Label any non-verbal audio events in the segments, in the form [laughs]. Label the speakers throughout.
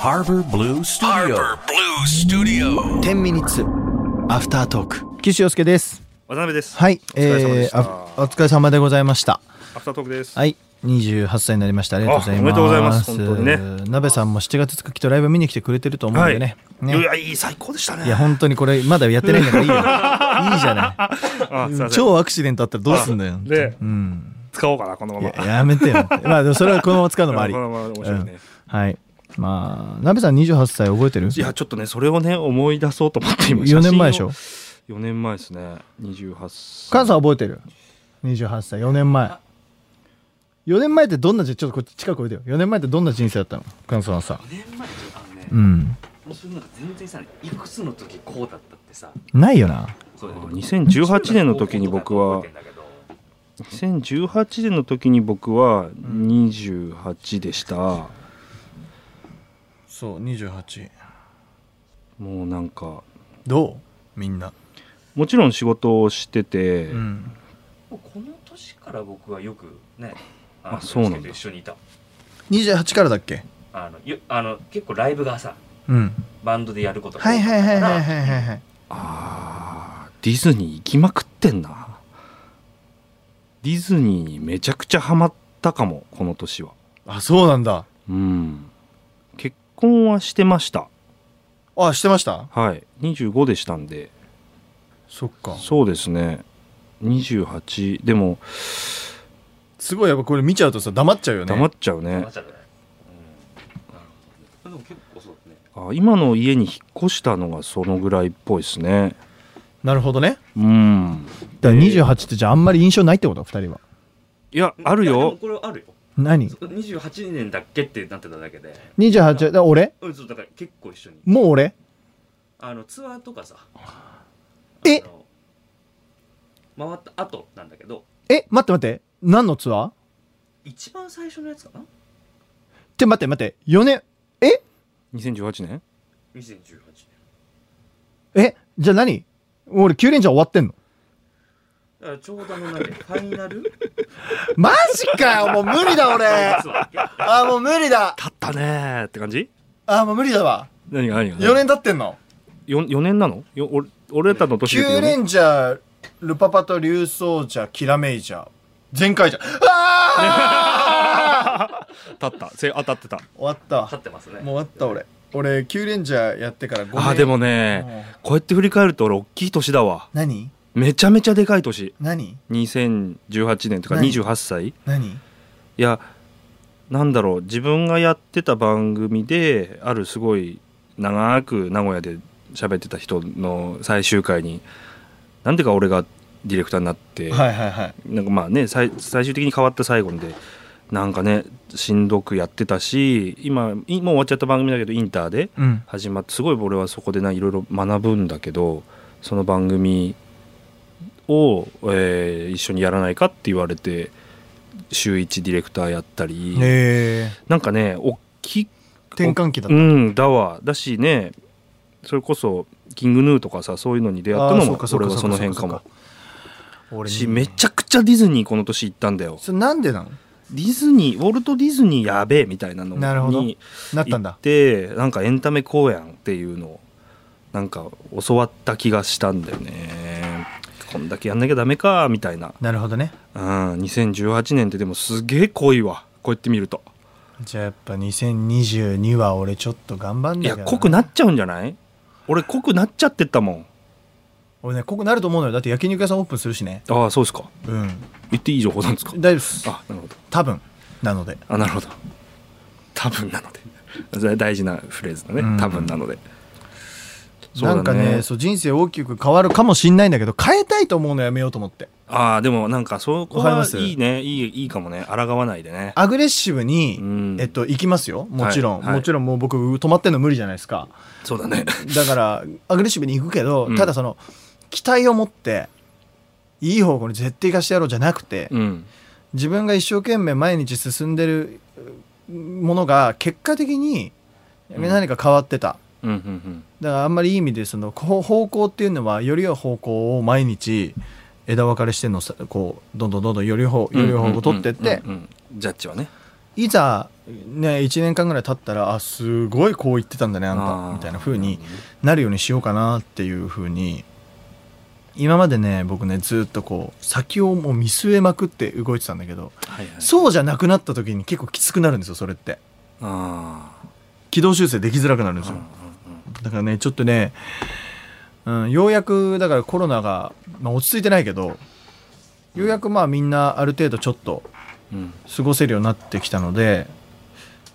Speaker 1: Harbor Blue Studio.
Speaker 2: Harbor Blue Studio.
Speaker 3: 10ミニッツアフタートーク岸洋介です
Speaker 4: 渡辺です。
Speaker 3: はい
Speaker 4: お疲れ様でした。
Speaker 3: えーあ
Speaker 4: ア
Speaker 3: お疲れ様でございました
Speaker 4: フタートークです。
Speaker 3: はい28歳になりましたありがとうございます
Speaker 4: あおめでとうございます本当にね
Speaker 3: 鍋さんも7月きっとライブ見に来てくれてると思うんでね,、
Speaker 4: い
Speaker 3: ね
Speaker 4: やいい最高でしたね。
Speaker 3: いや本当にこれまだやってないんだからいいよいいじゃない
Speaker 4: あすいません
Speaker 3: 超アクシデントあったらどうすんだよ。
Speaker 4: で
Speaker 3: うん。
Speaker 4: 使おうかなこのま
Speaker 3: い
Speaker 4: ま。
Speaker 3: ややめてよ。まあでもそれはこのまま使うのもあり。
Speaker 4: このまま面白い
Speaker 3: う
Speaker 4: ね。
Speaker 3: んはい。まあ、なべさん28歳覚えてる
Speaker 4: いやちょっとねそれをね思い出そうと思って今
Speaker 3: ?4 年前でしょ。。
Speaker 4: 4年前ですね。28歳。
Speaker 3: 菅さん覚えてる ?28 歳、4年前。4年前ってどんな人、ちょっとこっち近くおいでよ。4年前ってどんな人生だったの菅さんはさ。
Speaker 5: 5年前あのね、
Speaker 3: うん。
Speaker 5: もうそれなんか全然さいくつの時こうだったってさ
Speaker 3: ないよな。
Speaker 5: そうだよ
Speaker 4: 2018年の時に僕は
Speaker 5: 覚えてんだけど
Speaker 4: 2018年の時に僕は28でした。も
Speaker 3: そう、28。
Speaker 4: うなんか
Speaker 3: どうみんな。
Speaker 4: もちろん仕事をしてて、
Speaker 3: うん。
Speaker 5: もうこの年から僕はよくね
Speaker 4: あそうなんだ
Speaker 5: 一緒にいた
Speaker 3: 28からだっけ
Speaker 5: あのよあの結構ライブがさ
Speaker 3: うん。
Speaker 5: バンドでやることが
Speaker 3: はいはいはいはいはいはいはい。
Speaker 4: あーディズニー行きまくってんな。ディズニーにめちゃくちゃハマったかもこの年は。
Speaker 3: あ、そうなんだ。
Speaker 4: うん結婚はしてました
Speaker 3: あ、してました
Speaker 4: はい25でしたんで
Speaker 3: そっか
Speaker 4: そうですね28でも
Speaker 3: すごいやっぱこれ見ちゃうとさ黙っちゃうよね
Speaker 4: 黙っちゃうね
Speaker 5: なっちゃうねうんなるほどねでも結構そうだね
Speaker 4: あ今の家に引っ越したのがそのぐらいっぽいですね
Speaker 3: なるほどね
Speaker 4: うん
Speaker 3: だから28ってじゃああんまり印象ないってこと2人はい
Speaker 4: やある
Speaker 5: いやでも
Speaker 4: よ
Speaker 5: これはあるよ
Speaker 3: 何
Speaker 5: そう28年だっけってなってただけで
Speaker 3: 28だから俺
Speaker 5: うんそうだから結構一緒に
Speaker 3: もう俺
Speaker 5: あのツアーとかさ
Speaker 3: え
Speaker 5: あの回った後なんだけど
Speaker 3: え待って待って何のツアーっ
Speaker 5: 一番最初のやつかな
Speaker 3: て待って待って4年え
Speaker 4: 2018年
Speaker 5: 2018年
Speaker 3: えじゃあ何俺9連チャン終わってんの
Speaker 5: だからちょうどあの何ファイナル
Speaker 3: マジ
Speaker 4: [laughs]
Speaker 3: かよもう無理だ俺
Speaker 5: 実は
Speaker 3: あもう無理だ
Speaker 4: 経ったねーって感じ
Speaker 3: あもう無理だわ
Speaker 4: 何が何が
Speaker 3: 4年経ってんの
Speaker 4: 4, 4年なのよ俺俺たちの年で言
Speaker 3: 9
Speaker 4: うと四年
Speaker 3: 連チャルパパと竜奏者キラメイジャー全開じゃああ
Speaker 4: 経ったせ当たってた
Speaker 3: 終わったわ
Speaker 5: 勝ってますね
Speaker 3: もう終わった俺俺9レンジャーやってから5年
Speaker 4: あーでもね
Speaker 3: もう
Speaker 4: こうやって振り返ると俺大きい年だわ
Speaker 3: 何
Speaker 4: めちゃめちゃでかい年
Speaker 3: 何
Speaker 4: 2018年とか
Speaker 3: 何
Speaker 4: 28歳い
Speaker 3: 何
Speaker 4: やなんだろう自分がやってた番組であるすごい長く名古屋で喋ってた人の最終回になんでか俺がディレクターになって、
Speaker 3: はいはいはい
Speaker 4: なんかまあね最最終的に変わった最後のでなんかねしんどくやってたし今いもう終わっちゃった番組だけどインターで
Speaker 3: うん
Speaker 4: 始まってすごい俺はそこでないろいろ学ぶんだけどその番組を、えー一緒にやらないかって言われて週1ディレクターやったり、
Speaker 3: へえ
Speaker 4: なんかねおっき
Speaker 3: 転換期だった
Speaker 4: うんだわだしねそれこそキングヌーとかさそういうのに出会ったのも俺はその辺かも
Speaker 3: 俺
Speaker 4: しめちゃくちゃディズニーこの年行ったんだよ
Speaker 3: それなんでなの
Speaker 4: ディズニーウォルト・ディズニーやべえみたいなのに
Speaker 3: なるほどなったん
Speaker 4: 行
Speaker 3: だ
Speaker 4: ってなんかエンタメ公演っていうのをなんか教わった気がしたんだよねこんだけやんなきゃダメかみたいな、
Speaker 3: なるほどね
Speaker 4: うん、2018年ってでもすげえ濃いわこうやって見ると
Speaker 3: じゃあやっぱ2022は俺ちょっと頑張ん
Speaker 4: い
Speaker 3: なきゃ
Speaker 4: や濃くなっちゃうんじゃない俺濃くなっちゃってったもん
Speaker 3: 俺ね濃くなると思うのよだって焼肉屋さんオープンするしね
Speaker 4: ああそうですか
Speaker 3: うん
Speaker 4: 言っていい情報なんですか
Speaker 3: 大丈夫です
Speaker 4: あなるほど
Speaker 3: 多分なので
Speaker 4: あなるほど多分なので [laughs] それ大事なフレーズだね、
Speaker 3: うん
Speaker 4: 多分なのでそう
Speaker 3: な
Speaker 4: だ
Speaker 3: んかねそう人生大きく変わるかもしんないんだけど変えたいと思うのやめようと思って
Speaker 4: ああでもなんかそこ
Speaker 3: わかりま
Speaker 4: は
Speaker 3: す
Speaker 4: いいねいいいいかもね抗わないでね
Speaker 3: アグレッシブに、
Speaker 4: うん
Speaker 3: えっと、行きますよもちろん、
Speaker 4: はいはい
Speaker 3: もちろんもう僕止まってんの無理じゃないですか
Speaker 4: そうだね
Speaker 3: だからアグレッシブに行くけど、
Speaker 4: うん
Speaker 3: ただその期待を持っていい方向に絶対行かしてやろうじゃなくて、
Speaker 4: うん
Speaker 3: 自分が一生懸命毎日進んでるうんものが結果的に
Speaker 4: うん
Speaker 3: 何か変わってた、
Speaker 4: うんうんうん
Speaker 3: だからあんまりいい意味でそのこう方向っていうのはより良い方向を毎日枝分かれしてんのさこうどんどんどんどんより良い方より良い方向を取ってって、
Speaker 4: うんうんうんうんジャッジはね
Speaker 3: いざね、1年間ぐらい経ったらあすごいこう言ってたんだねあん
Speaker 4: あー
Speaker 3: たみたいな風になるようにしようかなっていう風に今までね僕ねずっとこう先をもう見据えまくって動いてたんだけど
Speaker 4: はいはい
Speaker 3: そうじゃなくなった時に結構きつくなるんですよそれって
Speaker 4: あ
Speaker 3: 軌道修正できづらくなるんです
Speaker 4: ー
Speaker 3: よ
Speaker 4: うん
Speaker 3: だからねちょっとね、うん、ようやくだからコロナが、まあ、落ち着いてないけどようやくまあみんなある程度ちょっと
Speaker 4: うんうん
Speaker 3: 過ごせるようになってきたので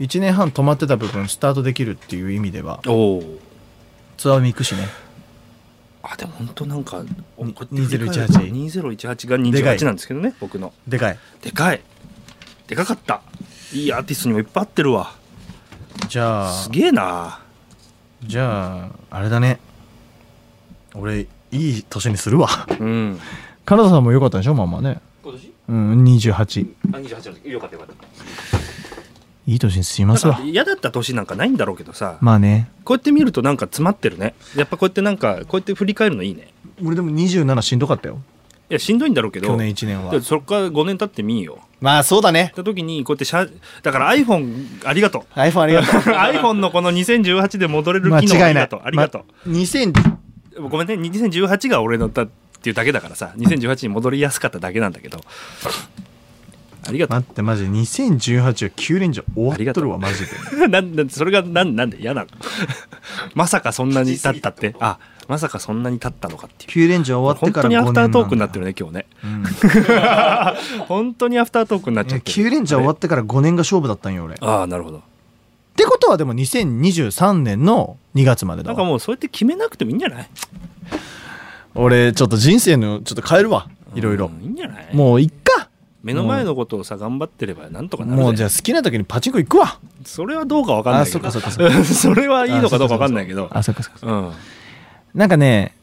Speaker 3: 1年半止まってた部分スタートできるっていう意味では
Speaker 4: うんおお
Speaker 3: ツアーも行くしね
Speaker 4: あでも本当なんか
Speaker 3: に
Speaker 4: こうやって振り返ると2018が
Speaker 3: でかい
Speaker 4: 28なんですけどね僕の
Speaker 3: でかい
Speaker 4: でかいでかかったいいアーティストにもいっぱい合ってるわ
Speaker 3: じゃあ
Speaker 4: すげえな
Speaker 3: じゃああれだね俺いい年にするわ
Speaker 4: うん
Speaker 3: 金田さんも良かったでしょまあまあね
Speaker 5: 今年
Speaker 3: うん28
Speaker 5: あ、28の時。よかったよかった。
Speaker 3: いい年にすいま
Speaker 4: なん
Speaker 3: す
Speaker 4: か
Speaker 3: わ
Speaker 4: 嫌だった年なんかないんだろうけどさ
Speaker 3: まあね
Speaker 4: こうやって見るとなんか詰まってるねやっぱこうやってなんかこうやって振り返るのいいね
Speaker 3: 俺でも27しんどかったよ
Speaker 4: いやしんどいんだろうけど
Speaker 3: 去年1年は
Speaker 4: でそこから5年経ってみいよ
Speaker 3: まあそうだね
Speaker 4: った時にこうやってしゃだから iPhone ありがとう [laughs]
Speaker 3: iPhone ありがと
Speaker 4: iPhone のこの2018で
Speaker 3: [laughs]
Speaker 4: 戻れる
Speaker 3: う間
Speaker 4: 機能あ
Speaker 3: 違い
Speaker 4: り
Speaker 3: な
Speaker 4: が
Speaker 3: い
Speaker 4: とうありがとう、
Speaker 3: ま2000
Speaker 4: ごめんね2018が俺のだっていうだけだからさ2018に戻りやすかっただけなんだけどありがと
Speaker 3: 待ってマジで2018は9連勝終わっとるわ
Speaker 4: あ
Speaker 3: マジで
Speaker 4: う [laughs] なんなんそれがなんなんで嫌なの [laughs] まさかそんなに経ったってあまさかそんなに経ったのかっていう
Speaker 3: 9連勝終わって
Speaker 4: [laughs] 本
Speaker 3: から
Speaker 4: 当にアフタートークになって
Speaker 3: る、
Speaker 4: るね今日ね
Speaker 3: うん、
Speaker 4: 本当にアフタートークになっちゃって
Speaker 3: 9連チャー終わってから5年が勝負だったんよ俺っ
Speaker 4: ああなるほど
Speaker 3: てことはでも2023年の2月までだ
Speaker 4: なん
Speaker 3: わ
Speaker 4: かもうそうやって決めなくてもいいんじゃない
Speaker 3: 俺ちょっと人生のちょっと変えるわいろいろ
Speaker 4: うんいいんじゃない
Speaker 3: もういっか
Speaker 4: 目の前のことをさ頑張ってればなんとかなるぜ
Speaker 3: もうじゃあ好きな時にパチンコ行くわ
Speaker 4: それはどうかわかんないけど
Speaker 3: あそっかそ
Speaker 4: [laughs] それはいいのかどうかわかんないけど
Speaker 3: あそうかそうか
Speaker 4: うん
Speaker 3: なんかね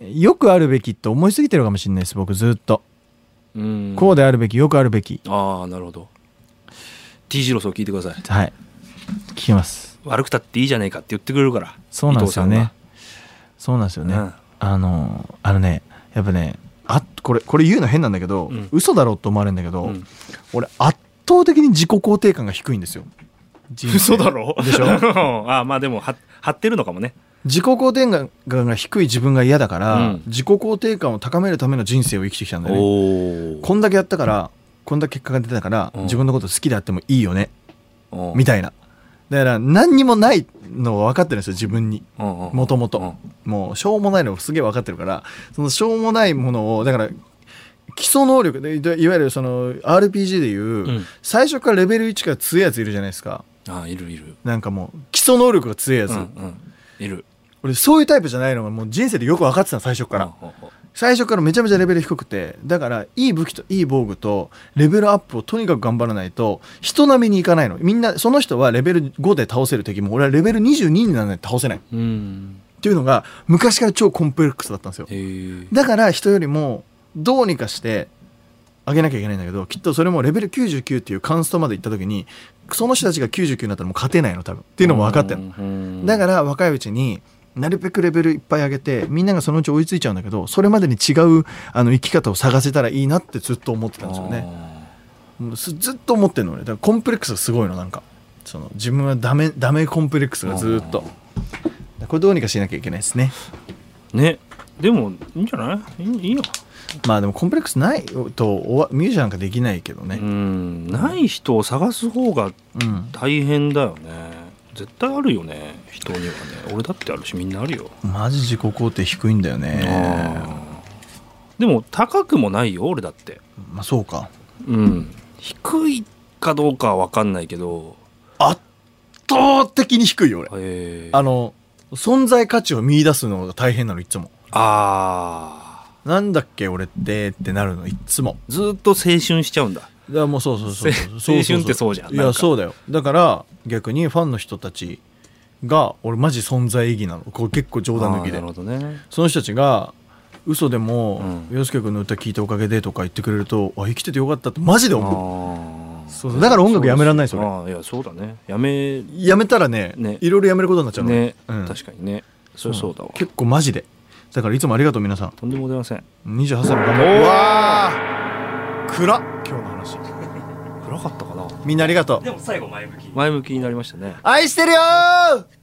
Speaker 3: よくあるべきって思いすぎてるかもしれないです僕ずっと
Speaker 4: うん
Speaker 3: こうであるべきよくあるべき
Speaker 4: ああなるほど T 字路を聞いてください
Speaker 3: はい聞きます
Speaker 4: 悪くたっていいじゃねえかって言ってくれるから
Speaker 3: そうなんですよねそうなんです
Speaker 4: 伊
Speaker 3: よ
Speaker 4: 藤
Speaker 3: ね、
Speaker 4: さんが
Speaker 3: あのあのねやっぱねあこれこれ言うの変なんだけど、
Speaker 4: うん
Speaker 3: 嘘だろうと思われるんだけど、
Speaker 4: うん
Speaker 3: 俺圧倒的に自己肯定感が低いんですよ人生
Speaker 4: 嘘だろ
Speaker 3: でしょ
Speaker 4: ょ [laughs] ああまあでもは張ってるのかもね
Speaker 3: 自己肯定感が低い自分が嫌だから、
Speaker 4: うん
Speaker 3: 自己肯定感を高めるための人生を生きてきたんだよね
Speaker 4: お
Speaker 3: こんだけやったからこんだけ結果が出たから、
Speaker 4: うん
Speaker 3: 自分のこと好きであってもいいよね
Speaker 4: お
Speaker 3: みたいなだから何にもないのは分かってるんですよ自分にも
Speaker 4: も
Speaker 3: ともともうしょうもないのすげえ分かってるからそのしょうもないものをだから基礎能力でいわゆるその RPG でいう、
Speaker 4: うん
Speaker 3: 最初からレベル1から強いやついるじゃないですか
Speaker 4: ああいるいる
Speaker 3: なんかもう基礎能力が強いや
Speaker 4: う
Speaker 3: つ、
Speaker 4: んうんいる
Speaker 3: 俺そういうタイプじゃないのがもう人生でよく分かってたの最初から、
Speaker 4: うんうんうん
Speaker 3: 最初からめちゃめちゃレベル低くてだからいい武器といい防具とレベルアップをとにかく頑張らないと人並みにいかないのみんなその人はレベル5で倒せる敵も俺はレベル22にならないと倒せないっ
Speaker 4: うん
Speaker 3: ていうのが昔から超コンプレックスだったんですよ
Speaker 4: へえ
Speaker 3: だから人よりもどうにかして上げなきゃいけないんだけどきっとそれもレベル99っていうカンストまで行った時にその人たちが99になったらもう勝てないの多分っていうのも分かってるの
Speaker 4: の
Speaker 3: だから若いうちになるべくレベルいっぱい上げてみんながそのうち追いついちゃうんだけどそれまでに違うあの生き方を探せたらいいなってずっと思ってたんですよねもうすずっと思ってるの俺だからコンプレックスがすごいのなんかその自分はダメダメコンプレックスがずっとこれどうにかしなきゃいけないですね
Speaker 4: ねでもいいんじゃないいいいいよ
Speaker 3: まあでもコンプレックスないとおわミュージシャンなんかできないけど
Speaker 4: う
Speaker 3: ね、
Speaker 4: んない人を探す方が
Speaker 3: うん、
Speaker 4: 大変だよね絶対あるよね人にはね俺だってあるしみんなあるよ、
Speaker 3: マジ自己肯定低いんだよね
Speaker 4: あーでも高くもないよ俺だって
Speaker 3: まあそうか
Speaker 4: うん低いかどうかは分かんないけど
Speaker 3: 圧倒的に低いよ俺
Speaker 4: えー、
Speaker 3: あの存在価値を見出すのが大変なのいつも
Speaker 4: あ
Speaker 3: なんだっけ俺ってってなるのいつも
Speaker 4: ーずーっと青春しちゃうんだ
Speaker 3: だからもうそうそうそう
Speaker 4: せ
Speaker 3: そう [laughs] そう
Speaker 4: 青春ってそうじゃん
Speaker 3: い
Speaker 4: なん
Speaker 3: や
Speaker 4: か
Speaker 3: そうだよだから逆にファンの人たちが俺マジ存在意義なのこれ結構冗談抜きで
Speaker 4: あーなるほどね
Speaker 3: その人たちが嘘でも
Speaker 4: う
Speaker 3: 洋介君の歌聞いたおかげでとか言ってくれるとあ生きててよかったってマジで
Speaker 4: あ
Speaker 3: 思う
Speaker 4: ー
Speaker 3: そうそうだから音楽やめらんないです
Speaker 4: そうあーいやそうだねやめね
Speaker 3: やめたらね
Speaker 4: ね
Speaker 3: いろいろやめることになっちゃうの、うん
Speaker 4: 確かにねそりゃそうだわ
Speaker 3: 結構マジでだからいつもありがとう皆さん
Speaker 4: とんでもございません
Speaker 3: 28歳も頑張ってうわー暗っ今日の話
Speaker 4: 暗かったかな
Speaker 3: みんなありがとう
Speaker 5: でも最後前向き
Speaker 4: 前向きになりましたね
Speaker 3: 愛してるよー